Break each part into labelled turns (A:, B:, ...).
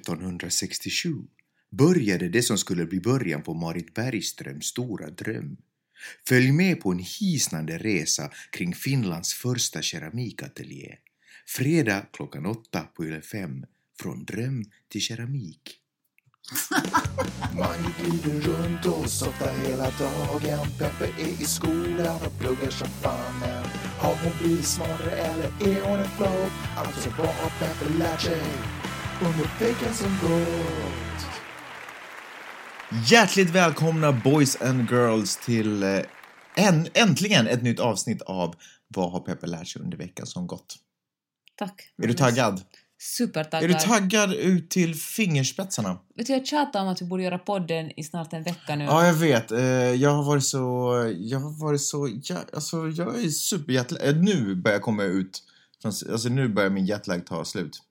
A: 1867 började det som skulle bli början på Marit Bergströms stora dröm. Följ med på en hisnande resa kring Finlands första keramikateljé. Fredag klockan åtta på Yle 5. Från dröm till keramik.
B: Man glider runt och softar hela dagen. Peppe är i skolan och pluggar som fan. Har hon blivit smartare eller är hon en flopp? Alltså vad har Peppe lärt sig under veckan som gått?
A: Hjärtligt välkomna boys and girls till eh, en, äntligen ett nytt avsnitt av Vad har Peppe lärt sig under veckan som gått?
C: Tack.
A: Är du taggad?
C: Supertaggad.
A: Är du taggad ut till fingerspetsarna?
C: Vet du, jag tjatar om att vi borde göra podden i snart en vecka nu.
A: Ja, jag vet. Eh, Jag har varit så... Jag har varit så... Jag, alltså, jag är superjetlag. eh, Nu börjar jag komma ut. Från, alltså, nu börjar min jetlag ta slut.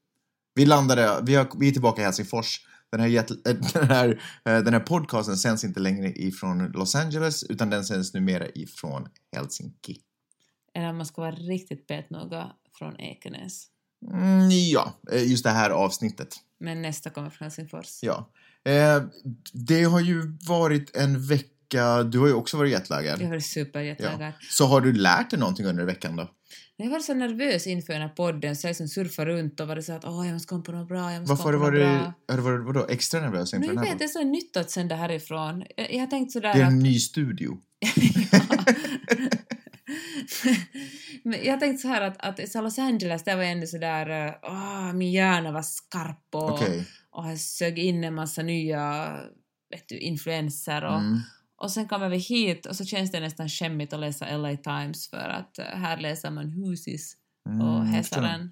A: Vi landade... Vi, har, vi är tillbaka i Helsingfors. Den här, jet, eh, den, här, eh, den här podcasten sänds inte längre ifrån Los Angeles utan den sänds numera ifrån Helsinki.
C: Eller om man ska vara riktigt petnoga från Ekenäs.
A: Mm, ja, eh, just det här avsnittet.
C: Men nästa kommer från Helsingfors.
A: Ja. Eh, Det har ju varit en vecka... Du har ju också varit jetlaggad.
C: Jag var superjetaggad.
A: Så har du lärt dig någonting under veckan då?
C: Jag var så nervös inför den här podden så jag liksom surfade runt och var så att åh, jag måste komma på något bra, jag måste
A: Varför har du
C: komma på
A: varit,
C: något bra.
A: har du varit vadå, extra nervös inför
C: Men
A: den
C: jag
A: här?
C: vet, det
A: podden?
C: är så nytt att sända härifrån. Jag, jag har tänkt sådär
A: Det är
C: att...
A: en ny studio.
C: Men jag tänkte så här att, att i Los Angeles där var jag ändå sådär, eh, åh, min hjärna var skarp och,
A: Okej.
C: och jag sög in en massa nya vet du, influenser och,
A: Mm.
C: och sen kommer vi hit och så känns det nästan skämmigt att läsa LA Times för att eh, här läser man husis
A: Mm,
C: och
A: jag förstår.
C: häsaren.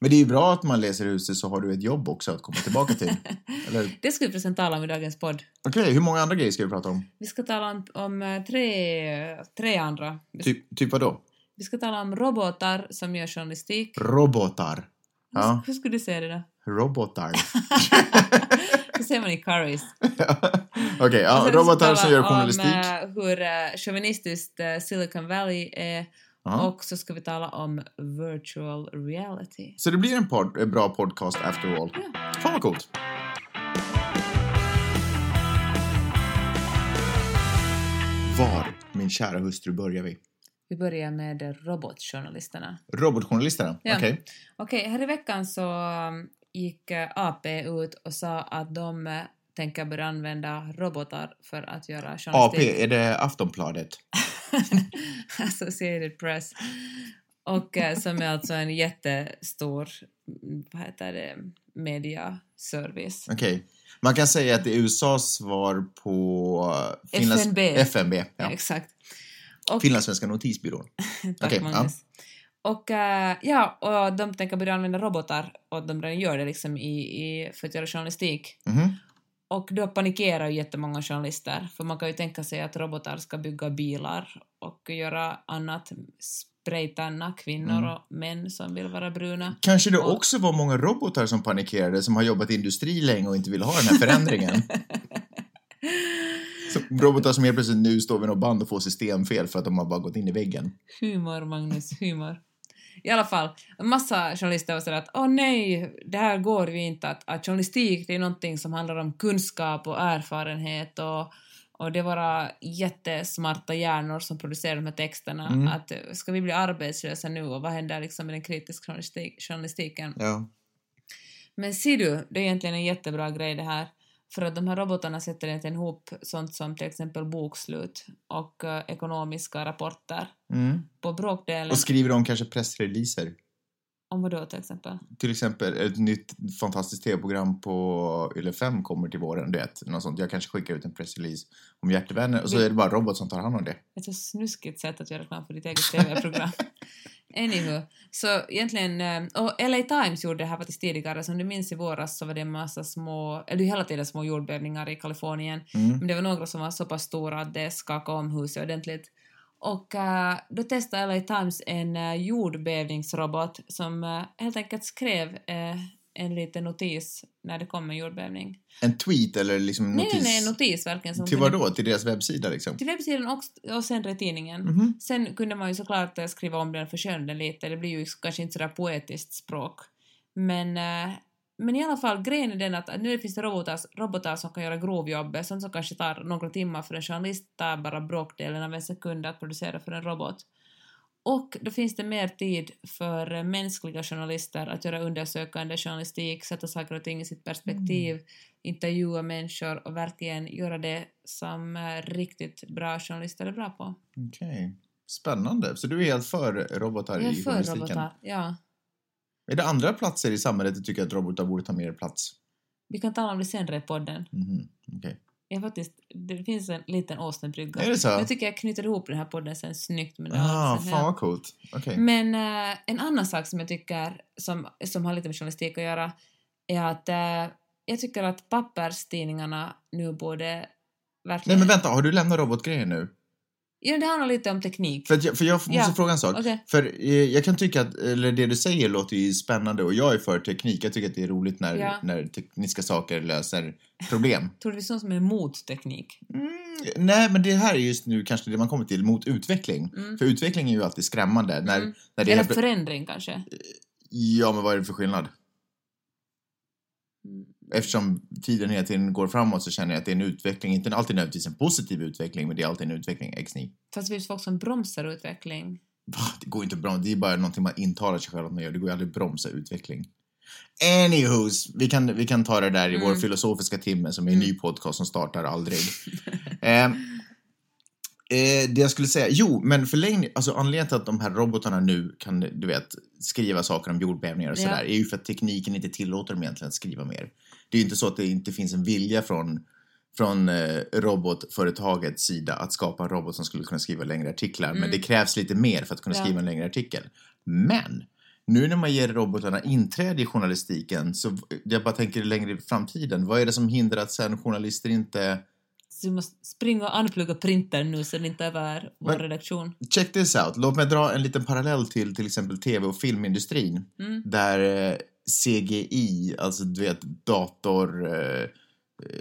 A: Men det är ju bra att man läser huset så har du ett jobb också att komma tillbaka till. Eller, Okej,
C: Det ska vi precis tala om i dagens podd.
A: hur många andra grejer ska vi prata om?
C: Vi ska tala om, om eh, tre, tre andra. Vi,
A: Typ, typ vadå?
C: vi ska tala om robotar som gör journalistik.
A: Robotar. Ja,
C: Hur, hur skulle du säga det då?
A: robotar.
C: Det ser man Alltså, i Currys.
A: Okej, ja,
C: Och sen
A: robotar
C: ska
A: som
C: vi
A: gör
C: tala
A: journalistik.
C: Om eh, hur eh, chauvinistiskt eh, Silicon Valley är
A: Ja.
C: och så ska vi tala om virtual reality.
A: Så det blir en pod en bra podcast after all.
C: Ja.
A: Fan vad coolt. Var, min kära hustru, börjar vi?
C: Vi börjar med robotjournalisterna.
A: Robotjournalisterna?
C: Ja.
A: Okej.
C: Okej, här i veckan så um, gick eh, AP ut och sa att de eh, tänker börja använda robotar för att göra journalistik.
A: AP, är det Aftonbladet?
C: Associated Press. Och eh, som är alltså en jättestor, mm, vad heter det, mediaservice.
A: Okej. Man kan säga att det är USAs svar på Finlands...
C: FNB.
A: FNB. Ja.
C: Exakt. Och-
A: Finlandssvenska notisbyrån.
C: Tack
A: Okej,
C: Magnus. Och eh, ja, och de tänker börja använda robotar och att de redan gör det liksom i, i, för att göra journalistik.
A: Mhm.
C: Och då panikerar ju jättemånga journalister för man kan ju tänka sig att robotar ska bygga bilar och göra annat spraytanna kvinnor
A: Mm.
C: och män som vill vara bruna.
A: Kanske det
C: Och-
A: också var många robotar som panikerade som har jobbat i industri länge och inte vill ha den här förändringen. Som robotar som helt plötsligt nu står vid något band och får systemfel för att de har bara gått in i väggen.
C: Humor Magnus, humor. I alla fall, en massa journalister var sådär att åh nej, det här går ju inte att, att journalistik det är någonting som handlar om kunskap och erfarenhet och, och det är våra jättesmarta hjärnor som producerar de här texterna.
A: Mm.
C: Att eh, ska vi bli arbetslösa nu och vad händer liksom med den kritiska journalistik, journalistiken?
A: Ja.
C: Men ser du, det är egentligen en jättebra grej det här. För att de här robotarna sätter egentligen ihop sånt som till exempel bokslut och eh, ekonomiska rapporter
A: Mm.
C: på bråkdelen.
A: Och skriver de kanske pressreleaser?
C: Om vadå till exempel?
A: Till exempel ett nytt fantastiskt tv-program på Yle 5 kommer till våren, du vet. Något sånt. Jag kanske skickar ut en pressrelease om hjärtevänner och så
C: Vi-
A: är det bara robot som tar hand om det.
C: Ett så snuskigt sätt att göra reklam för ditt eget TV-program. Anywho, så egentligen, eh, och LA Times gjorde det här faktiskt tidigare, som du minns i våras så var det en massa små, eller det är hela tiden små jordbävningar i Kalifornien,
A: Mm.
C: men det var några som var så pass stora att det skakade om huset ordentligt. Och eh, då testade LA Times en eh, jordbävningsrobot som eh, helt enkelt skrev eh, en liten notis när det kom en jordbävning.
A: En tweet eller liksom
C: Nej,
A: notis?
C: nej, nej, en notis verkligen. Som
A: Till vad
C: kunde-
A: då? Till deras webbsida liksom?
C: Till webbsidan och, och sen i tidningen.
A: Mhm.
C: Sen kunde man ju såklart eh, liksom skriva om den, försköna den lite, det blir ju kanske inte sådär poetiskt språk. Men, eh, Men i alla fall, grejen är den att nu finns det robotar, robotar som kan göra grovjobbet, sånt som kanske tar några timmar för en journalist, tar bara bråkdelen av en sekund att producera för en robot. Och då finns det mer tid för eh, mänskliga journalister att göra undersökande journalistik, sätta saker och ting i sitt perspektiv, intervjua människor och verkligen göra det som eh, riktigt bra journalister är bra på.
A: Okej. Spännande. Så du är helt för robotar
C: Jag är
A: i
C: för
A: journalistiken?
C: robotar, ja.
A: Är det andra platser i samhället du tycker att robotar borde ta mer plats?
C: Vi kan tala om det senare i podden.
A: Mhm, Okej.
C: Jag har faktiskt, det finns en liten åsnebrygga.
A: Är det så?
C: Jag tycker jag knyter ihop den här podden sen snyggt med det
A: Ah,
C: här. sen
A: fan vad coolt. Okej.
C: Men eh, en annan sak som jag tycker, som, som har lite med journalistik att göra, är att eh, jag tycker att papperstidningarna nu borde
A: Nej
C: verkligen...
A: men vänta, har du lämnat robotgrejen nu?
C: Jo, det handlar lite om teknik.
A: För, att jag, för jag måste
C: Ja,
A: fråga en sak.
C: okej.
A: För eh, jag kan tycka att, eller det du säger låter ju spännande och jag är för teknik. Jag tycker att det är roligt när,
C: Ja.
A: när tekniska saker löser problem.
C: Tror du det är sånt som är emot teknik?
A: Mm, nej, men det här är just nu kanske det man kommer till mot utveckling.
C: Mm.
A: För utveckling är ju alltid skrämmande. När,
C: Mm.
A: när det
C: Eller
A: är helt...
C: förändring kanske?
A: Ja, men vad är det för skillnad? Eftersom tiden hela tiden går framåt så känner jag att det är en utveckling, inte alltid nödvändigtvis en positiv utveckling, men det är alltid en utveckling, x ni?
C: Fast det finns folk som bromsar utveckling.
A: Va? Det går inte bra. Det är bara någonting man intalar sig själv att man gör. Det går ju aldrig att bromsa utveckling. Anywho's, vi kan, vi kan ta det där i vår
C: Mm.
A: filosofiska timme som är en
C: Mm.
A: ny podcast som startar aldrig. eh, eh, det jag skulle säga, jo, men förlängning, alltså anledningen till att de här robotarna nu kan, du vet, skriva saker om jordbävningar och
C: Ja.
A: sådär, är ju för att tekniken inte tillåter dem egentligen att skriva mer. Det är ju inte så att det inte finns en vilja från från eh, robotföretagets sida att skapa en robot som skulle kunna skriva längre artiklar. Men
C: Mm.
A: det krävs lite mer för att kunna
C: Ja.
A: skriva en längre artikel. Men nu när man ger robotarna inträde i journalistiken så v- jag bara tänker längre i framtiden. Vad är det som hindrar att sen journalister inte
C: Så du måste springa och anplugga printern nu så den inte är över vår
A: Men-
C: redaktion.
A: Check this out. Låt mig dra en liten parallell till till exempel tv och filmindustrin
C: Mm.
A: där eh, CGI, alltså du vet dator eh,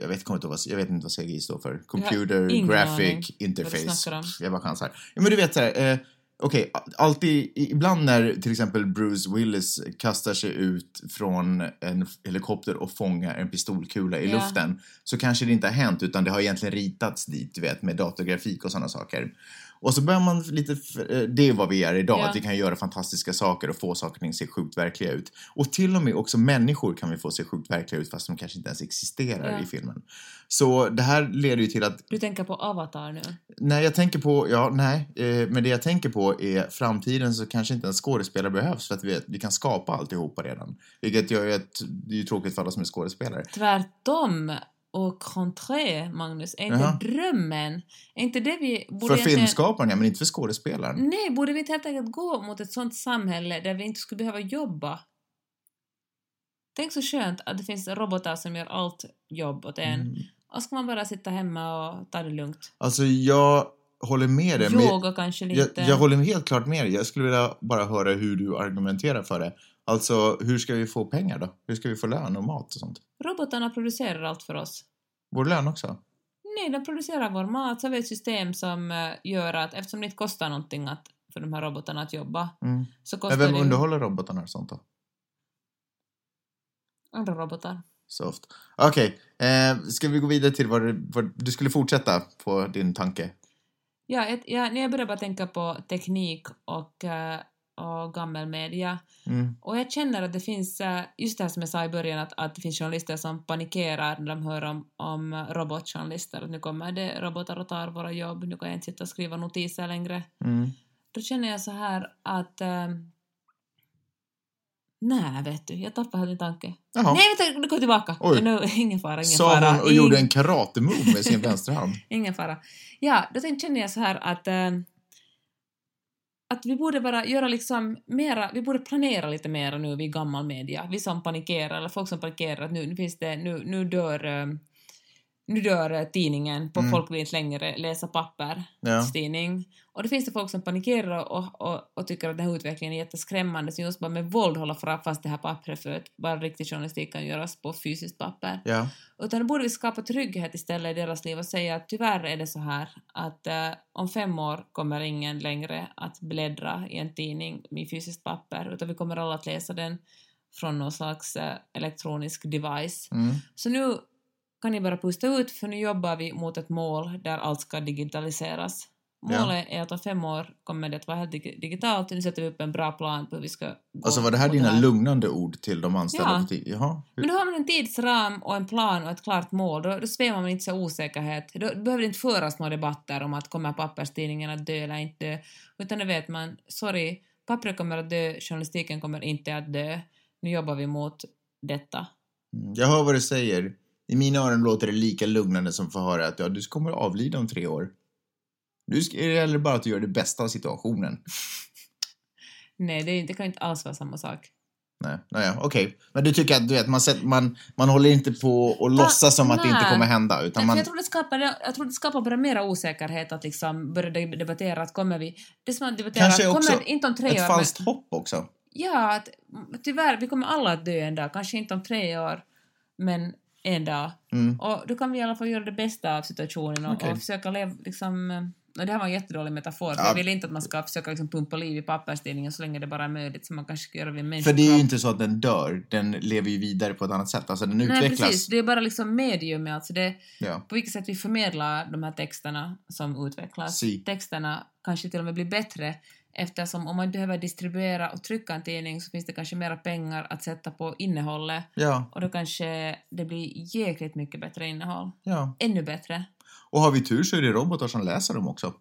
A: jag vet, kommer inte ihåg vad, jag vet inte vad CGI står för. Computer
C: ingen aning
A: Graphic
C: vad du
A: Interface.
C: snackar om.
A: Jag bara chansar. Ja, Men du vet såhär, eh, okej, a- alltid, i- ibland när till exempel Bruce Willis kastar sig ut från en f- helikopter och fångar en pistolkula i
C: Ja.
A: luften så kanske det inte har hänt utan det har egentligen ritats dit, du vet, med datorgrafik och sådana saker. Och så börjar man lite, f- eh, det är vad vi är idag,
C: Ja.
A: att vi kan göra fantastiska saker och få saker och ting se sjukt verkliga ut. Och till och med också människor kan vi få se sjukt verkliga ut fast de kanske inte ens existerar
C: Ja.
A: i filmen. Så det här leder ju till att
C: Du tänker på Avatar nu?
A: Nej, jag tänker på, ja, nej, eh, men det jag tänker på är framtiden så kanske inte en skådespelare behövs för att vi, vi kan skapa alltihopa redan. Vilket gör ju att det är ju tråkigt för alla som är skådespelare.
C: Tvärtom och contré, Magnus. Är inte
A: Jaha.
C: drömmen... Är inte det vi... Borde
A: för
C: egentligen-
A: filmskaparen, ja, men inte för skådespelaren.
C: Nej, borde vi inte helt enkelt gå mot ett sånt samhälle där vi inte skulle behöva jobba? Tänk så skönt att det finns robotar som gör allt jobb åt en.
A: Mm.
C: Och ska man bara sitta hemma och ta det lugnt.
A: Alltså, jag håller med dig. men-
C: Yoga kanske
A: jag,
C: lite.
A: jag håller helt klart med dig. Jag skulle vilja bara höra hur du argumenterar för det. Alltså, hur ska vi få pengar då? Hur ska vi få lön och mat och sånt?
C: Robotarna producerar allt för oss.
A: Vår lön också?
C: Nej, de producerar vår mat. Så har vi ett system som eh, gör att eftersom det inte kostar någonting att, för de här robotarna att jobba
A: Mm.
C: så
A: Men
C: kostar
A: vem
C: det ju
A: underhåller robotarna och sånt då?
C: andra robotar.
A: Soft. Okej, eh, ska vi gå vidare till vad du, vad du skulle fortsätta på din tanke?
C: Ja, ett, ja, när jag började bara tänka på teknik och, eh, och gammal media.
A: Mm.
C: Och jag känner att det finns, eh, just det här som jag sa i början, att, att det finns journalister som panikerar när de hör om, om robotjournalister, att nu kommer det robotar och tar våra jobb, nu kan jag inte sitta och skriva notiser längre.
A: Mm.
C: Då känner jag så här att... Eh, nej, vet du, jag tappade helt en tanke.
A: Jaha.
C: Nej, vänta, nu går jag tillbaka.
A: Oj.
C: Nu, ingen fara, ingen
A: Sa
C: fara.
A: hon och gjorde
C: Ing-
A: en karate-move med sin vänsterhand.
C: Ingen fara. Ja, då tänkte, känner jag så här att eh, att vi borde bara göra liksom mera, vi borde planera lite mera nu vid gammal media. Vi som panikerar, eller folk som panikerar att nu, nu finns det, nu, nu dör eh, nu dör eh, tidningen, på
A: Mm.
C: folk vill inte längre läsa papper
A: Ja.
C: tidning. Och det finns det folk som panikerar och, och, och tycker att den här utvecklingen är jätteskrämmande, så just bara med våld hålla fra- fast det här pappret för att bara riktig journalistik kan göras på fysiskt papper.
A: ja.
C: Utan då borde vi skapa trygghet istället i deras liv och säga att tyvärr är det så här att eh, om fem år kommer ingen längre att bläddra i en tidning med fysiskt papper utan vi kommer alla att läsa den från någon slags eh, elektronisk device.
A: Mm.
C: Så nu kan ni bara pusta ut för nu jobbar vi mot ett mål där allt ska digitaliseras.
A: Ja.
C: Målet är att om fem år kommer det att vara helt dig- digitalt och nu sätter vi upp en bra plan på hur vi ska gå
A: Alltså var det här
C: mot
A: dina lugnande ord till de anställda?
C: Ja.
A: på ti- Jaha.
C: Men då har man en tidsram och en plan och ett klart mål, då, då svävar man inte så osäkerhet. Då behöver det inte föras några debatter om att kommer papperstidningen att dö eller inte dö, utan då vet man, sorry, pappret kommer att dö, journalistiken kommer inte att dö, nu jobbar vi mot detta.
A: Mm, Jag hör vad du säger. I mina öron låter det lika lugnande som att få höra att ja, du kommer att avlida om tre år. Nu ska- det gäller bara att du gör det bästa av situationen.
C: Nej, det, är, det kan inte alls vara samma sak.
A: Nej, naja, okej. Men du tycker att du vet, man, sätter, man, man håller inte på och låtsas som att det inte
C: nej.
A: kommer hända utan
C: Nej, för
A: man...
C: jag, tror det skapar, jag tror det skapar bara mera osäkerhet att liksom börja de- debattera att kommer vi... Det som man debatterar,
A: Kanske också
C: kommer inte om tre år,
A: Ett falskt hopp också.
C: men... Ja, att, tyvärr, vi kommer alla att dö en dag, kanske inte om tre år, men en dag.
A: Mm.
C: Och då kan vi i alla fall göra det bästa av situationen och,
A: Okej.
C: och försöka leva liksom... eh, Och det här var en jättedålig metafor, för
A: Ja.
C: jag vill inte att man ska försöka liksom pumpa liv i papperstidningen så länge det bara är möjligt, som man kanske ska göra vid en
A: För
C: människokropp.
A: det är ju inte så att den dör, den lever ju vidare på ett annat sätt. Alltså den
C: Nej,
A: utvecklas.
C: precis. Det är bara liksom mediumet, alltså det...
A: Ja.
C: på vilket sätt vi förmedlar de här texterna som utvecklas.
A: Si.
C: Texterna kanske till och med blir bättre eftersom om man behöver distribuera och trycka en tidning så finns det kanske mera pengar att sätta på innehållet
A: ja,
C: och då kanske det blir jäkligt mycket bättre innehåll.
A: ja.
C: Ännu bättre.
A: Och har vi tur så är det robotar som läser dem också.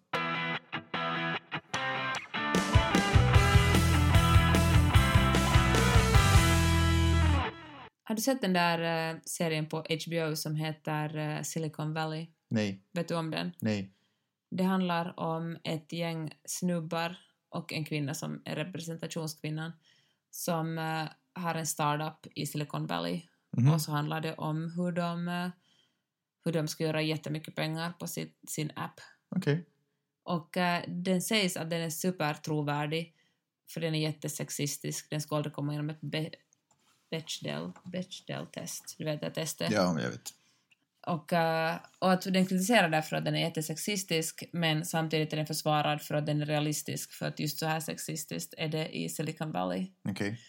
C: Har du sett den där eh, serien på HBO som heter eh, Silicon Valley?
A: Nej,
C: Vet du om den?
A: nej.
C: Det handlar om ett gäng snubbar och en kvinna som är representationskvinnan som eh, har en startup i Silicon Valley
A: Mhm.
C: och så handlar det om hur de, eh, hur de ska göra jättemycket pengar på sin, sin app.
A: Okej.
C: Och eh, den sägs att den är supertrovärdig för den är jättesexistisk, den ska aldrig komma igenom ett be- Bechdel, Bechdel-test, du vet det här testet.
A: Ja, men jag vet.
C: Och, eh, och att den kritiserar därför att den är jättesexistisk men samtidigt är den försvarad för att den är realistisk för att just så här sexistiskt är det i Silicon Valley.
A: Okej.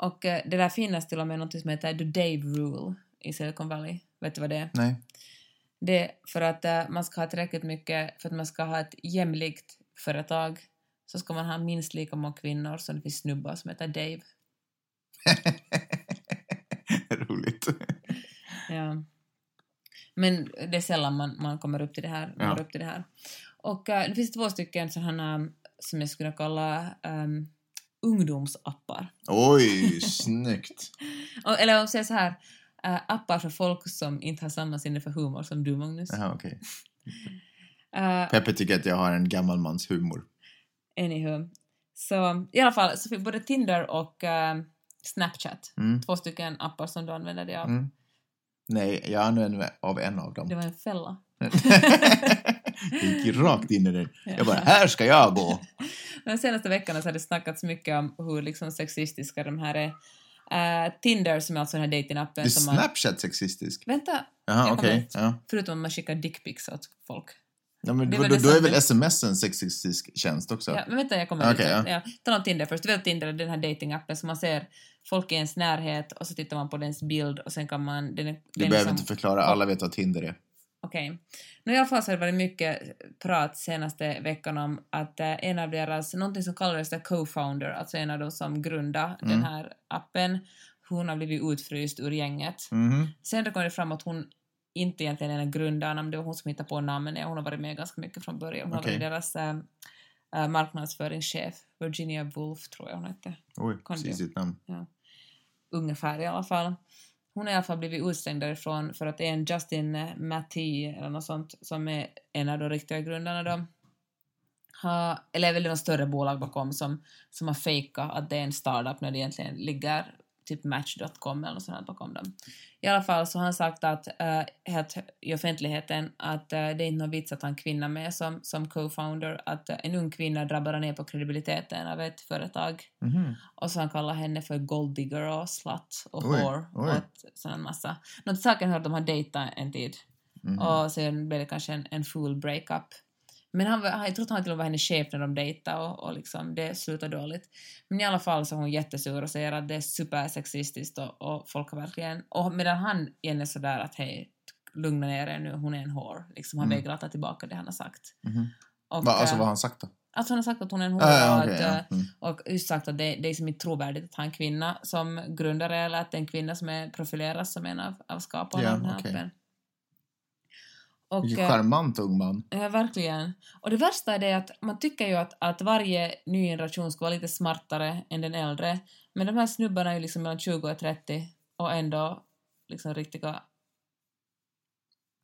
C: Och eh, det där finns till och med något som heter The Dave Rule i Silicon Valley. Vet du vad det är?
A: Nej.
C: Det är för att eh, man ska ha tillräckligt mycket, för att man ska ha ett jämlikt företag så ska man ha minst lika många kvinnor som det finns snubbar som heter Dave.
A: Roligt.
C: Ja. Men det är sällan man, man kommer upp till det här. Man
A: Ja.
C: når upp till det, här. Och eh, det finns två stycken sådana eh, som jag skulle kalla um, ungdomsappar.
A: Oj, snyggt.
C: Och, eller om jag säger så här, eh, appar för folk som inte har samma sinne för humor som du, Magnus.
A: Jaha, okej.
C: Uh,
A: Peppe tycker att jag har en gammal mans humor.
C: anywho. Så i alla fall, så fick både Tinder och eh, Snapchat,
A: Mm.
C: två stycken appar som du använder dig av.
A: Mm. Nej, jag använder av en av
C: Det
A: dem.
C: var en fälla.
A: Jag gick rakt in i den. Jag bara, här ska jag gå!
C: De senaste veckorna så har det snackats mycket om hur liksom sexistiska de här är. Eh, Tinder som är alltså den här
A: Det
C: dejtingappen
A: är
C: som man...
A: Snapchat sexistisk?
C: Vänta!
A: Jaha,
C: Jag kommer
A: okej.
C: hit.
A: Ja.
C: Förutom att man skickar dickpics åt folk.
A: Ja, men
C: Det
A: då,
C: är väl
A: då,
C: det
A: då är
C: samma.
A: väl sms en sexistisk tjänst också?
C: Ja, men vänta, jag kommer
A: Okej,
C: dit. Ja. Ta om Tinder först. Du vet Tinder är den här datingappen som man ser folk i ens närhet och så tittar man på dens bild och sen kan man... Den, är-
A: Du
C: den är liksom-
A: behöver
C: som-
A: inte förklara, alla vet vad Tinder är.
C: Okej. Nu i alla fall så har det varit mycket prat senaste veckan om att eh, en av deras, någonting som kallades där co-founder, alltså en av de som grundade den
A: Mm.
C: här appen, hon har blivit utfryst ur gänget.
A: Mhm.
C: Sen då kom det fram att hon inte egentligen är grundaren, men det var hon som hittade på namnet och hon har varit med ganska mycket från början. Hon
A: Okej.
C: har varit deras eh, eh, marknadsföringschef, Virginia Woolf tror jag hon hette
A: Oj,
C: Kan
A: precis
C: du?
A: sitt namn.
C: ungefär i alla fall. Hon har i alla fall blivit utstängd därifrån för att det är en Justin Mattei eller något sånt som är en av de riktiga grundarna då. Har, eller är väl det något större bolag bakom som, som har fejkat att det är en startup när det egentligen ligger typ Match.com eller något sånt här bakom dem. I alla fall så har han sagt att eh, helt i offentligheten att eh, det är inte någon vits att ha en kvinna med som, som co-founder, att eh, en ung kvinna drabbar ner på kredibiliteten av ett företag.
A: Mhm.
C: Och så han kallar henne för golddigger och slut och
A: Oj,
C: whore och
A: oj.
C: ett, sån en massa. Något saken hör att de har dejtat en tid
A: Mhm.
C: och sen blev det kanske en, en full breakup. Men han, var- han- jag tror att han till och med var hennes chef när de dejtade och, och liksom det slutade dåligt. Men i alla fall så är hon jättesur och säger att det är supersexistiskt och, och folk har verkligen... Och medan han igen är sådär att hej, lugna ner er nu, hon är en whore. Liksom han
A: Mm.
C: vägrar ta tillbaka det han har sagt.
A: Mhm.
C: Och,
A: Va, alltså
C: eh,
A: vad har han sagt då?
C: alltså han har sagt att hon är en whore
A: Ah, ja,
C: och,
A: okej,
C: att, eh,
A: ja. Mm.
C: och just sagt att det, det är liksom inte trovärdigt att ha en kvinna som grundare eller att det är en kvinna som är profileras som en av, av skaparna
A: Ja,
C: av den här
A: okej.
C: appen. Och,
A: Vilken
C: eh,
A: charmant ung man.
C: Ja, Eh, verkligen. Och det värsta är det att man tycker ju att, att varje ny generation ska vara lite smartare än den äldre. Men de här snubbarna är ju liksom mellan 20 och 30 och ändå liksom riktiga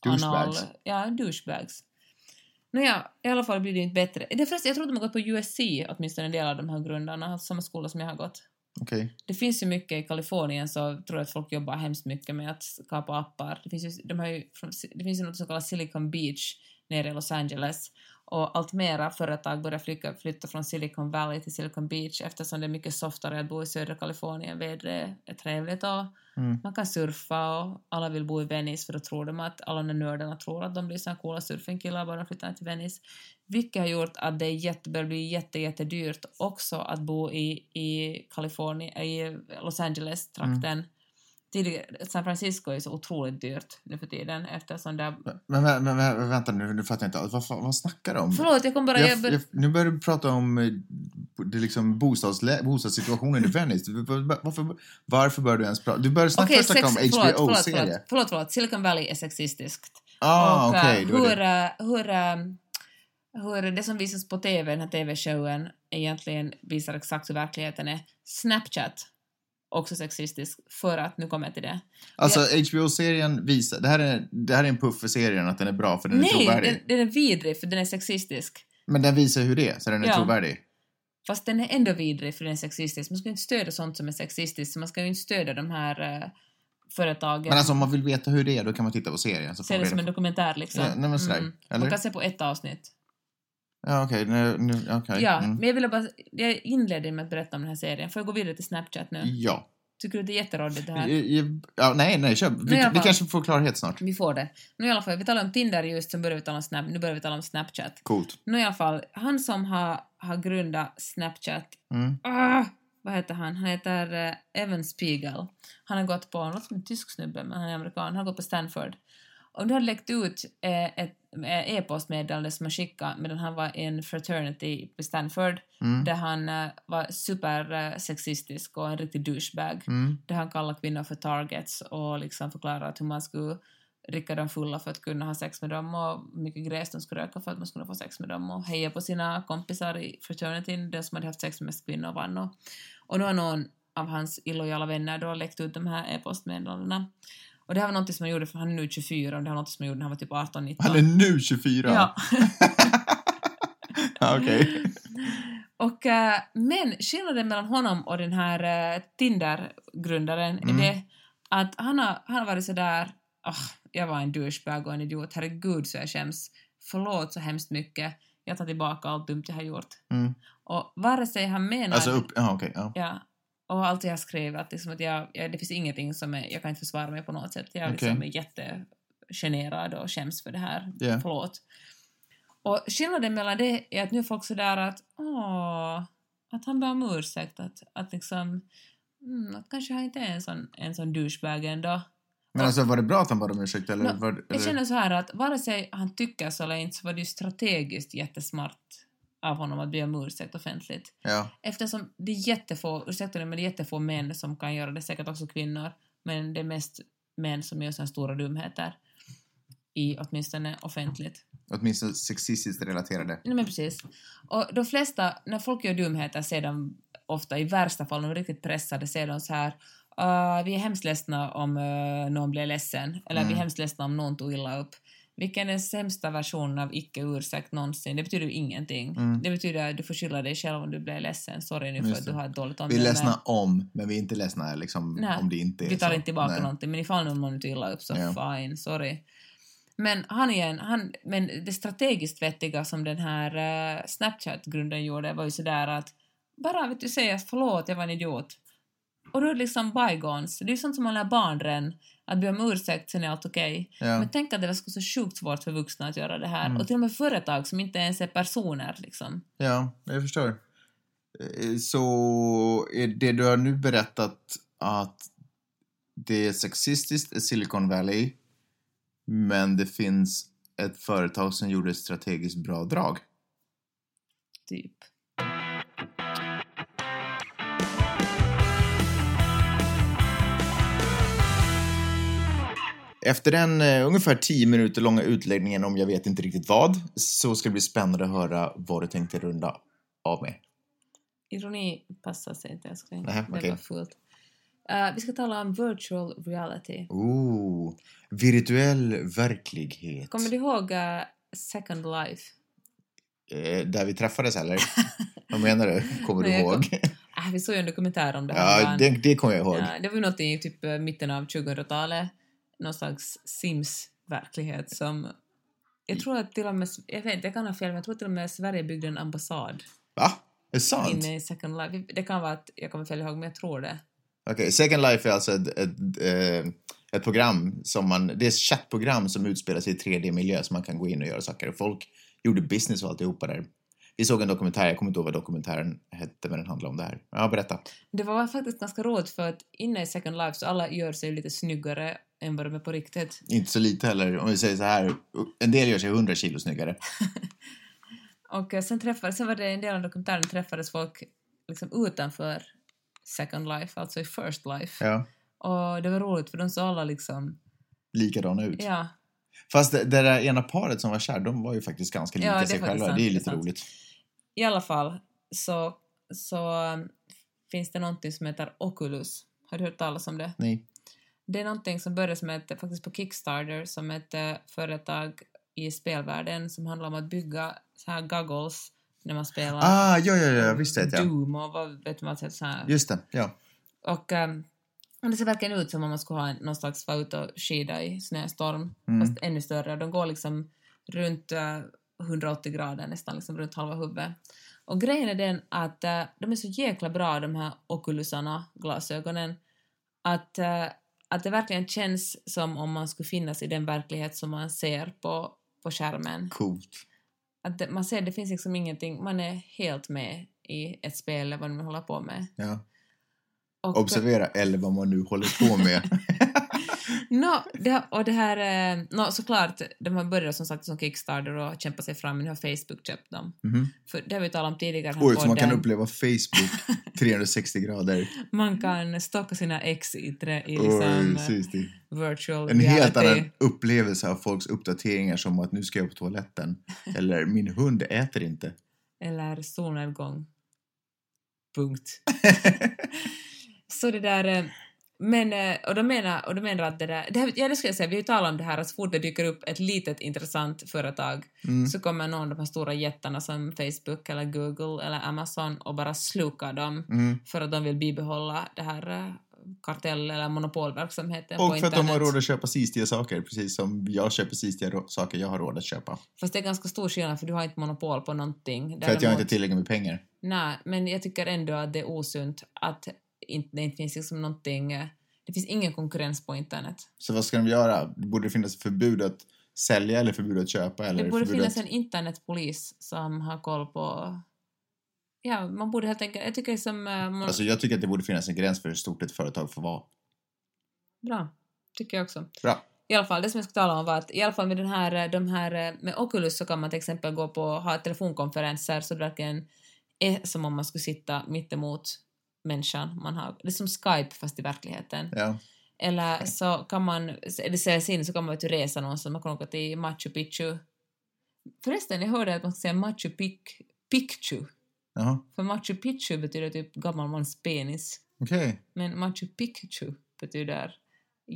A: Douchebags.
C: anal- Ja, douchebags. Nåja, i alla fall blir det ju inte bättre. Det är förresten, jag tror att de har gått på USC, åtminstone en del av de här grundarna, alltså samma skola som jag har gått.
A: Okej.
C: Det finns ju mycket i Kalifornien så tror jag att folk jobbar hemskt mycket med att skapa appar. Det finns ju, de har ju, från- det finns ju något som kallas Silicon Beach nere i Los Angeles och allt mera företag börjar flytta, flytta från Silicon Valley till Silicon Beach eftersom det är mycket softare att bo i södra Kalifornien. Vädret är trevligt och
A: Mm.
C: man kan surfa och alla vill bo i Venice för då tror de att alla de där nördarna tror att de blir såna coola surfingkillar bara de flyttar till Venice. Vilket har gjort att det är jätte, börjar bli jätte, jätte dyrt också att bo i, i Kalifornien, i Los Angeles-trakten.
A: Mm.
C: Tidigare, San Francisco är så otroligt dyrt nu för tiden eftersom där...
A: Men, men, men, men vänta nu, nu fattar jag inte alls. Vad, fan- vad snackar du om?
C: Förlåt, jag kom bara...
A: Jag,
C: jag bör-
A: jag, nu börjar du prata om eh, det liksom bostadslä, bostadssituationen i Venice. Du- var- Varför, varför börjar du ens prata? Du började snacka,
C: Okej,
A: först snacka om
C: sex- förlåt, förlåt, förlåt,
A: HBO-serie.
C: förlåt, förlåt. Silicon Valley är sexistiskt.
A: Ah,
C: och eh,
A: okej. det var
C: hur,
A: det.
C: eh, hur, ehm, hur det som visas på TV, den här TV-showen, egentligen visar exakt hur verkligheten är. Snapchat, också sexistisk, för att nu kommer jag till det.
A: Alltså HBO-serien visar, det här är, det här är en puff för serien att den är bra för den är
C: Nej,
A: trovärdig.
C: den, den är vidrig för den är sexistisk.
A: Men den visar hur det är, så den är
C: Ja.
A: trovärdig.
C: Fast den är ändå vidrig för den är sexistisk. Man ska ju inte stödja sånt som är sexistiskt, så man ska ju inte stödja de här eh, företagen.
A: Men alltså om man vill veta hur det är, då kan man titta på serien. Så får
C: Se
A: man
C: det som
A: reda
C: en
A: på-
C: dokumentär liksom.
A: Ja, nej men sådär.
C: Mm. Man
A: Eller?
C: kan se på ett avsnitt.
A: Ja, okej. nu, nu, okej.
C: Ja,
A: Mm.
C: men jag ville bara... Jag inledde med att berätta om den här serien. Får jag gå vidare till Snapchat nu?
A: Ja.
C: Tycker du att det är jätteråddigt det här?
A: I- Ja, nej, nej, kör.
C: i
A: Vi,
C: alla
A: vi
C: fall.
A: kanske får klarhet snart.
C: Vi får det. Nu i alla fall, vi talade om Tinder just, sen började vi tala om Snap, nu börjar vi tala om Snapchat.
A: Coolt.
C: Nu i alla fall, han som har, har grundat Snapchat,
A: Mm.
C: ah, vad heter han? Han heter eh, Evan Spiegel. Han har gått på, han låter som en tysk snubbe, men han är amerikan, han har gått på Stanford. Och nu har det läckt ut eh, ett eh, e-postmeddelande som han skickade medan han var i en fraternity på Stanford,
A: Mm.
C: där han eh, var supersexistisk och en riktig douchebag
A: Mm.
C: där han kallar kvinnor för targets och liksom förklarar att hur man skulle dricka dem fulla för att kunna ha sex med dem och hur mycket gräs de skulle röka för att man skulle få sex med dem och heja på sina kompisar i fraternityn, den som hade haft sex med mest kvinnor vann och, och nu har någon av hans illojala vänner då läckt ut de här e-postmeddelandena. Och det här var något som han gjorde, för han är nu 24 och det här var något som han gjorde när han var typ 18-19.
A: Han är nu 24.
C: Ja. Mm.
A: Ja, Okej.
C: Och, eh, men skillnaden mellan honom och den här eh, Tinder-grundaren
A: Mm.
C: är det att han har, han har varit sådär oh, jag var en douchebag och en idiot, herregud så jag skäms. Förlåt så hemskt mycket. Jag tar tillbaka allt dumt jag har gjort.
A: Mm.
C: Och vare sig han menar...
A: Alltså upp... Ja, okej. ja.
C: Ja. Och allt jag skrev, att, liksom, att jag, jag, det finns ingenting som är, jag kan inte försvara mig på något sätt. Jag liksom
A: Okej.
C: är jättegenerad och skäms för det här.
A: Ja.
C: Förlåt. Och skillnaden mellan det är att nu är folk sådär att åh, att han ber om ursäkt, att, att liksom mm, att kanske han inte är en sån, en sån douchebag ändå.
A: Men alltså var det bra att han bad om ursäkt eller?
C: Nå,
A: var, eller?
C: Jag känner så här att vare sig han tycker så eller inte så var det ju strategiskt jättesmart av honom att be om ursäkt offentligt.
A: Ja.
C: Eftersom det är jättefå, ursäkta nu, men det är jättefå män som kan göra det, säkert också kvinnor, men det är mest män som gör sådana stora dumheter. I åtminstone offentligt.
A: Åtminstone sexistiskt relaterade.
C: Nej men precis. Och de flesta, när folk gör dumheter ser de ofta, i värsta fall, om de är riktigt pressade, ser de så här "Ah, vi är hemskt ledsna om eh, någon blir ledsen, eller vi
A: Mm.
C: är hemskt ledsna om någon tog illa upp. Vilken är sämsta versionen av icke-ursäkt någonsin? Det betyder ju ingenting.
A: Mm.
C: Det betyder att du får skylla dig själv om du blir ledsen. Sorry nu
A: Just
C: för att
A: det.
C: du har ett dåligt
A: Vi är
C: omdöme.
A: ledsna om, men vi är inte ledsna liksom,
C: eh, Nej,
A: om det inte är
C: Vi tar
A: så.
C: inte tillbaka
A: Nej.
C: någonting, men ifall någon man inte illa upp så
A: Ja.
C: fine, sorry. Men han igen, han, men det strategiskt vettiga som den här eh, Snapchat-grunden gjorde var ju sådär att bara vet du säga förlåt, jag var en idiot. och då är det liksom bygones. Det är ju sånt som man lär barn redan. Att be om ursäkt, sen är allt okej.
A: Ja.
C: Men tänk att det var så sjukt svårt för vuxna att göra det här.
A: Mm.
C: Och till och med företag som inte ens är personer. Liksom.
A: ja, jag förstår. Eh, Så är det du har nu berättat att det är sexistiskt i Silicon Valley men det finns ett företag som gjorde ett strategiskt bra drag.
C: Typ.
A: Efter den eh, ungefär 10 minuter långa utläggningen om jag vet inte riktigt vad så ska det bli spännande att höra vad du tänkte runda av med.
C: Ironi passar sig inte älskling.
A: Nähä,
C: det
A: okej.
C: var fult. Eh, vi ska tala om virtual reality.
A: Ooh, virtuell verklighet.
C: Kommer du ihåg eh, Second Life?
A: Eh, där vi träffades eller? vad menar du? Kommer du
C: Nej, jag
A: ihåg?
C: Ah, vi såg ju en dokumentär om det här
A: ja,
C: dagen.
A: det, det kommer jag ihåg.
C: Ja, det var ju något i typ eh, mitten av 2000-talet. Någon slags Sims-verklighet som... Jag tror att till och med... Jag vet inte, jag kan ha fel, men jag tror till och med Sverige byggde en ambassad
A: Va? Är det sant?
C: inne i Second Life. Det kan vara att jag kommer fel ihåg, men jag tror det.
A: Okej, Second Life är alltså ett, ett, eh, ett program som man, det är ett chattprogram som utspelar sig i 3D-miljö så man kan gå in och göra saker. Och Folk gjorde business och alltihopa där. Vi såg en dokumentär, jag kommer inte ihåg vad dokumentären hette men den handlade om det här. Ja, berätta.
C: Det var faktiskt ganska råd för att inne i Second Life så alla gör sig lite snyggare än vad de är på riktigt.
A: Inte så lite heller, om vi säger så här, en del gör sig 100 kilo snyggare.
C: Och eh, sen träffades, sen var det en del av dokumentären träffades folk liksom utanför Second Life, alltså i First Life.
A: Ja.
C: Och det var roligt för de såg alla liksom,
A: Likadana ut.
C: ja,
A: Fast det, det där ena paret som var kär, de var ju faktiskt ganska lika
C: Ja, det är
A: sig
C: faktiskt
A: själva.
C: sant,
A: det är
C: det är
A: lite
C: sant.
A: roligt.
C: i alla fall så, så um, finns det någonting som heter Oculus. Har du hört talas om det?
A: Nej.
C: Det är någonting som började som ett, faktiskt på Kickstarter som ett eh, företag i spelvärlden som handlar om att bygga så här goggles när man spelar
A: Ah, ja, ja, ja, visst vet jag.
C: Doom och vad vet man, så här.
A: Just det, ja.
C: Och um, det ser verkligen ut som om man skulle ha en, någon slags vara ute och skida i snöstorm,
A: Mm.
C: fast ännu större. De går liksom runt eh, 180 grader, nästan liksom runt halva huvudet. Och grejen är den att eh, de är så jäkla bra de här okulusarna, glasögonen, att, eh, att det verkligen känns som om man skulle finnas i den verklighet som man ser på, på skärmen.
A: Coolt.
C: Att det, man ser, det finns liksom ingenting, man är helt med i ett spel eller vad man håller på med.
A: Ja.
C: Och-
A: Observera, eller vad man nu håller på med.
C: Nå, det, och det här... eh, nå såklart, de har börjat som sagt som Kickstarter och kämpat sig fram, men nu har Facebook köpt dem.
A: Mhm.
C: För det har vi talat om tidigare i den här
A: Oj, så man kan
C: Mm. podden.
A: uppleva Facebook 360 grader.
C: Man kan stalka sina ex i, tre, i
A: Oj,
C: liksom eh,
A: precis det.
C: virtual
A: En helt
C: reality.
A: annan upplevelse av folks uppdateringar som att nu ska jag på toaletten. Eller min hund äter inte.
C: Eller solnedgång. Punkt. så det där... eh, Men, eh, och de menar, och de menar att det där... Det här, ja, det ska jag säga, vi har ju talat om det här att så fort det dyker upp ett litet intressant företag
A: Mm.
C: så kommer någon av de här stora jättarna som Facebook eller Google eller Amazon och bara slukar dem
A: Mm.
C: för att de vill bibehålla det här eh, kartell eller monopolverksamheten på
A: Och för att
C: internet.
A: de har råd att köpa sistiga saker, precis som jag köper sistiga ro- saker jag har råd att köpa.
C: Fast det är ganska stor skillnad för du har inte monopol på någonting.
A: För att jag har inte
C: Däremot-
A: tillräckligt med pengar.
C: Nej, men jag tycker ändå att det är osunt att inte, det inte finns liksom någonting... eh, Det finns ingen konkurrens på internet.
A: Så vad ska de göra? Borde det finnas förbud att sälja eller förbud att köpa? Eller
C: Det borde
A: förbud
C: finnas
A: att...
C: en internetpolis som har koll på... Ja, man borde helt enkelt... Jag tycker som... eh, Man,
A: Alltså jag tycker att det borde finnas en gräns för hur stort ett företag får vara.
C: Bra. Tycker jag också.
A: Bra.
C: I alla fall, det som jag skulle tala om var att i alla fall med den här, eh, de här, eh, med Oculus så kan man till exempel gå på, ha telefonkonferenser så det verkligen är som om man skulle sitta mittemot människan man har. Det är som Skype fast i verkligheten.
A: Ja.
C: Eller så kan man, eller säljs in så kan man ut och resa någonstans, man kan åka till Machu Picchu. Förresten, jag hörde att man ska säga Machu Pic, Picchu,
A: Jaha,
C: för Machu Picchu betyder typ gammal mans penis,
A: okej.
C: men Machu Picchu betyder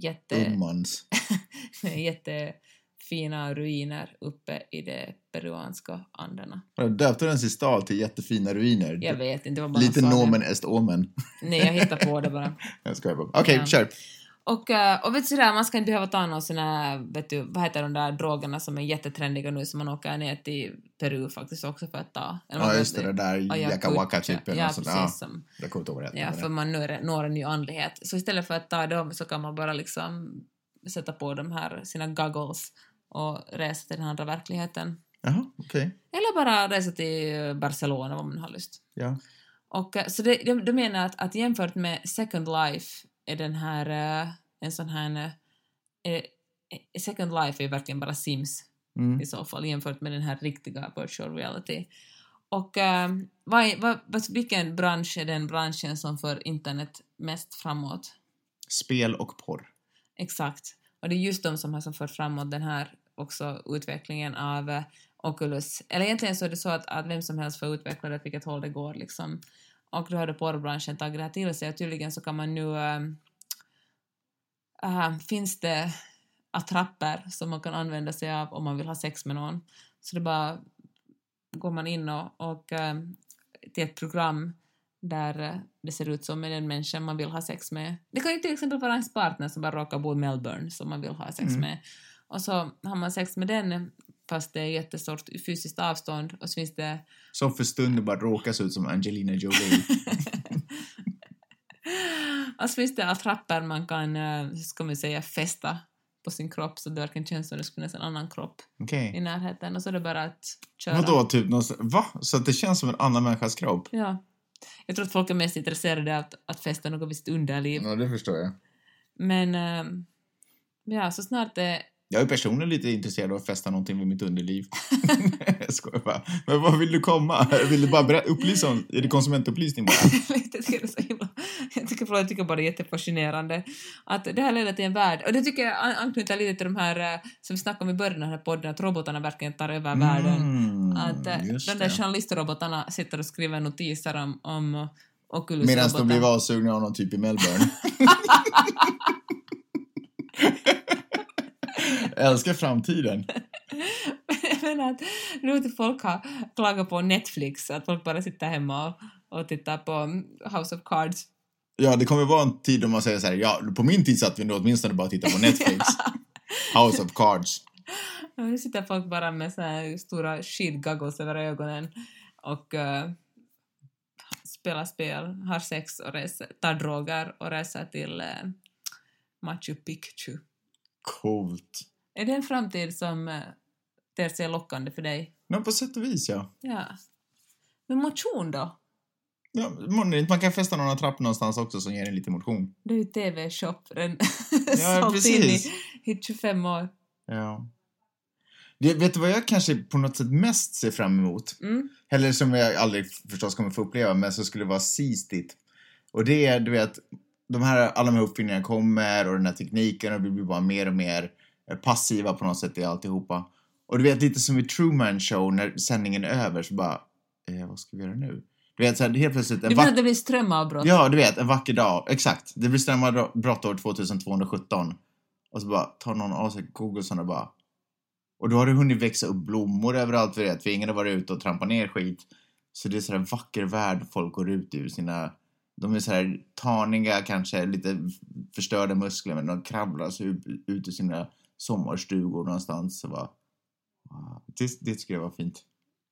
C: jätte...
A: Ummans.
C: jättefina ruiner uppe i de peruanska anderna.
A: Vadå, Döpte den sin stad till jättefina ruiner? Typ
C: Jag vet inte, det var bara
A: Lite
C: någon sa det.
A: nomen est omen.
C: Nej, jag hittar på det bara.
A: Jag skojar bara. Okej,
C: Ja.
A: kör.
C: Och, eh, och vet du sådär, man ska inte behöva ta någon sån här, vet du, vad heter de där drogerna som är jättetrendiga nu som man åker ner till Peru faktiskt också för att ta? Eller man
A: Ja,
C: vet-
A: just det, det där
C: Ayacucho.
A: Yakawaka-chippen
C: Ja,
A: och sånt.
C: precis.
A: alltså. Ja,
C: Som,
A: jag kommer inte ihåg vad det
C: ja, för
A: heter.
C: man når, når en ny andlighet. Så istället för att ta dem så kan man bara liksom sätta på de här sina goggles och resa till den andra verkligheten.
A: Jaha, okej.
C: Eller bara resa till eh, Barcelona om man har lust.
A: Ja.
C: Och, eh, så det, de, de menar att, att jämfört med Second Life är den här eh, en sån här... eh, eh, Second Life är ju verkligen bara Sims
A: Mm.
C: i så fall jämfört med den här riktiga virtual reality. Och eh, vad, är- vad, vad, vilken bransch är den branschen som för internet mest framåt?
A: Spel och porr.
C: Exakt. Och det är just de som har som fört framåt den här också utvecklingen av eh, Oculus. Eller egentligen så är det så att, att vem som helst får utveckla det åt vilket håll det går liksom. Och då har då porrbranschen tagit det här till sig och tydligen så kan man nu... ehm, äh, finns det attrapper som man kan använda sig av om man vill ha sex med någon. Så det bara går man in och, och ehm, till ett program där eh, det ser ut som med den människan man vill ha sex med. Det kan ju till exempel vara ens partner som bara råkar bo i Melbourne som man vill ha sex
A: Mm.
C: med. Och så har man sex med den fast det är jättestort fysiskt avstånd och så finns det...
A: Som för stunden bara råkar se ut som Angelina Jolie.
C: och så finns det attrapper man kan, eh, hur ska man säga, fästa på sin kropp så det verkligen känns som det skulle finnas en annan kropp
A: Okej.
C: i närheten och så är det bara att köra.
A: Vadå, typ någonstans- Va? Så att det känns som en annan människas kropp?
C: Ja. Jag tror att folk är mest intresserade av att, att fästa något visst underliv.
A: Ja, det förstår jag.
C: Men ehm, ja, så snart det...
A: Jag är personligen lite intresserad av att fästa någonting vid mitt underliv. jag skojar bara. Men vad vill du komma? Vill du bara berä- upplysa om? Är det konsumentupplysning bara?
C: jag tycker det är så himla... Jag tycker, förlåt, jag tycker bara det är jättefascinerande. Att det här leder till en värld... Och det tycker jag an- anknyter lite till de här eh, som vi snackade om i början av den här podden, att robotarna verkligen tar över världen.
A: Mm,
C: Att eh,
A: just
C: de där
A: det.
C: journalistrobotarna sitter och skriver notiser om, om
A: Medan de blev
C: Oculus-robotar.
A: avsugna av någon typ i Melbourne. jag älskar framtiden.
C: Jag menar att nu att folk har klagat på Netflix, att folk bara sitter hemma och, och tittar på mm, House of Cards.
A: Ja, det kommer vara en tid då man säger så här, ja, på min tid satt vi nog åtminstone bara och tittade på Netflix. House of Cards.
C: Ja, nu sitter folk bara med så här stora skidgoggles över ögonen och eh, spelar spel, har sex och reser, tar droger och reser till eh, Machu Picchu.
A: Coolt.
C: Är det en framtid som uh, ter sig lockande för dig?
A: Men på sätt och vis, ja.
C: Ja. Men motion då?
A: ja man, man kan fästa någon trapp någonstans också som ger en lite motion.
C: Det är ju TV-shop redan
A: Ja,
C: sålt
A: precis.
C: in i, i 25 år.
A: Ja. Det, vet du vad jag kanske på något sätt mest ser fram emot?
C: Mm.
A: Eller som jag aldrig förstås kommer få uppleva, men som skulle vara sistigt. Och det är, du vet, de här, alla de här uppfinningarna kommer och den här tekniken och vi blir bara mer och mer eh, passiva på något sätt i alltihopa. Och du vet, lite som i Truman Show, när sändningen är över så bara, eh, vad ska vi göra nu? Du vet, så här, helt plötsligt
C: Du
A: en
C: menar
A: vacker...
C: att det blir strömavbrott?
A: Ja, du vet, en vacker dag. Exakt. Det blir strömavbrott år 2217. Och så bara tar någon av sig googlesen och bara... Och då har det hunnit växa upp blommor överallt, vi vet. För ingen har varit ute och trampat ner skit. Så det är sådär en vacker värld folk går ut ur sina... De är sådär taniga kanske, lite förstörda muskler, men de kravlar sig ut, ut ur sina sommarstugor någonstans. Så bara... wow. Det, det skulle vara fint.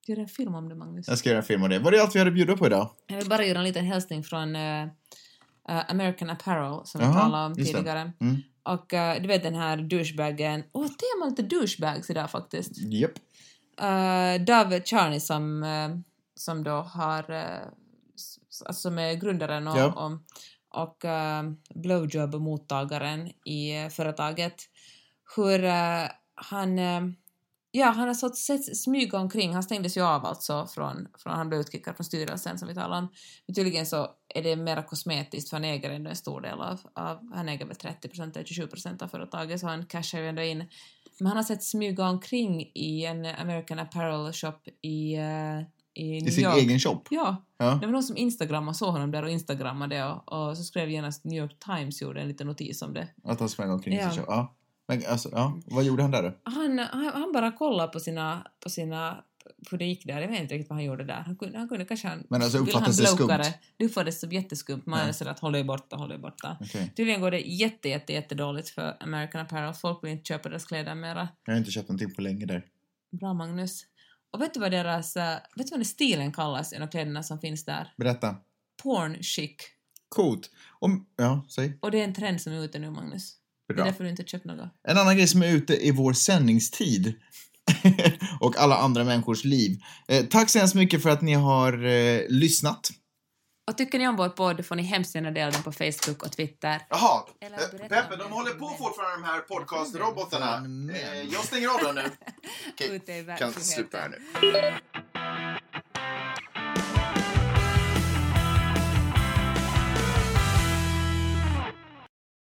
C: Gör en film om det, Magnus.
A: Jag ska göra en film av det. Var det allt vi hade att bjuda på idag?
C: Jag vill bara göra en liten hälsning från eh, eh, American Apparel som vi
A: Jaha,
C: talade om
A: just det.
C: tidigare.
A: Mm.
C: Och eh, du vet den här douchebagen. Åh, oh, tema lite douchebags idag faktiskt.
A: Japp.
C: Uh, David Charney som, eh, som då har, eh, s- alltså som är grundaren och,
A: Ja.
C: och, och eh, blowjob-mottagaren i eh, företaget, hur eh, han, eh, ja han har så sett smyga omkring, han stängdes ju av alltså från, från han blev utkickad från styrelsen som vi talade om, men tydligen så är det mera kosmetiskt för han äger ändå en stor del av, av han äger väl 30 eller 27 av företaget så han cashar ju ändå in men han har sett smyga omkring i en American Apparel shop i, eh, i
A: I
C: New
A: sin
C: York.
A: egen shop.
C: Ja,
A: Ja.
C: det var någon som instagrammade, såg honom där och instagrammade och, och så skrev genast New York Times gjorde en liten notis om det.
A: Att han sprang omkring
C: Ja.
A: i sin shop. Ja. Men alltså, ja. Vad gjorde han där då?
C: Han, han, han bara kollade på sina, på sina hur det gick där. Jag vet inte riktigt vad han gjorde där. Han kunde, han kunde kanske... Han,
A: Men alltså
C: vill
A: uppfattades
C: han
A: det
C: blokare?
A: skumt?
C: Det uppfattades som jätteskumt. Man
A: Ja.
C: är sådär att håll dig borta, håll dig borta.
A: Okej.
C: Tydligen går det jätte, jätte, jätte dåligt för American Apparel. Folk vill inte köpa deras kläder mera.
A: Jag har inte köpt någonting på länge där.
C: Bra Magnus. Och vet du vad deras... eh, Vet du vad den stilen kallas, en av kläderna som finns där?
A: Berätta.
C: Porn chic.
A: Coolt. Om, ja, säg.
C: Och det är en trend som är ute nu, Magnus. Det är
A: Bra.
C: därför du inte köpt något.
A: En annan grej som är ute i vår sändningstid och alla andra människors liv. Eh, tack så hemskt mycket för att ni har eh, lyssnat.
C: Och tycker ni om vår podd får ni hemskt gärna dela den på Facebook och Twitter.
A: Jaha,
C: Eller berätta om
A: Peppe, de
C: det.
A: håller på fortfarande de här podcastrobotarna.
C: Men.
A: Eh, jag stänger av dem nu. Okej,
C: Ute i
A: kan sluta här nu.
C: verkligheten.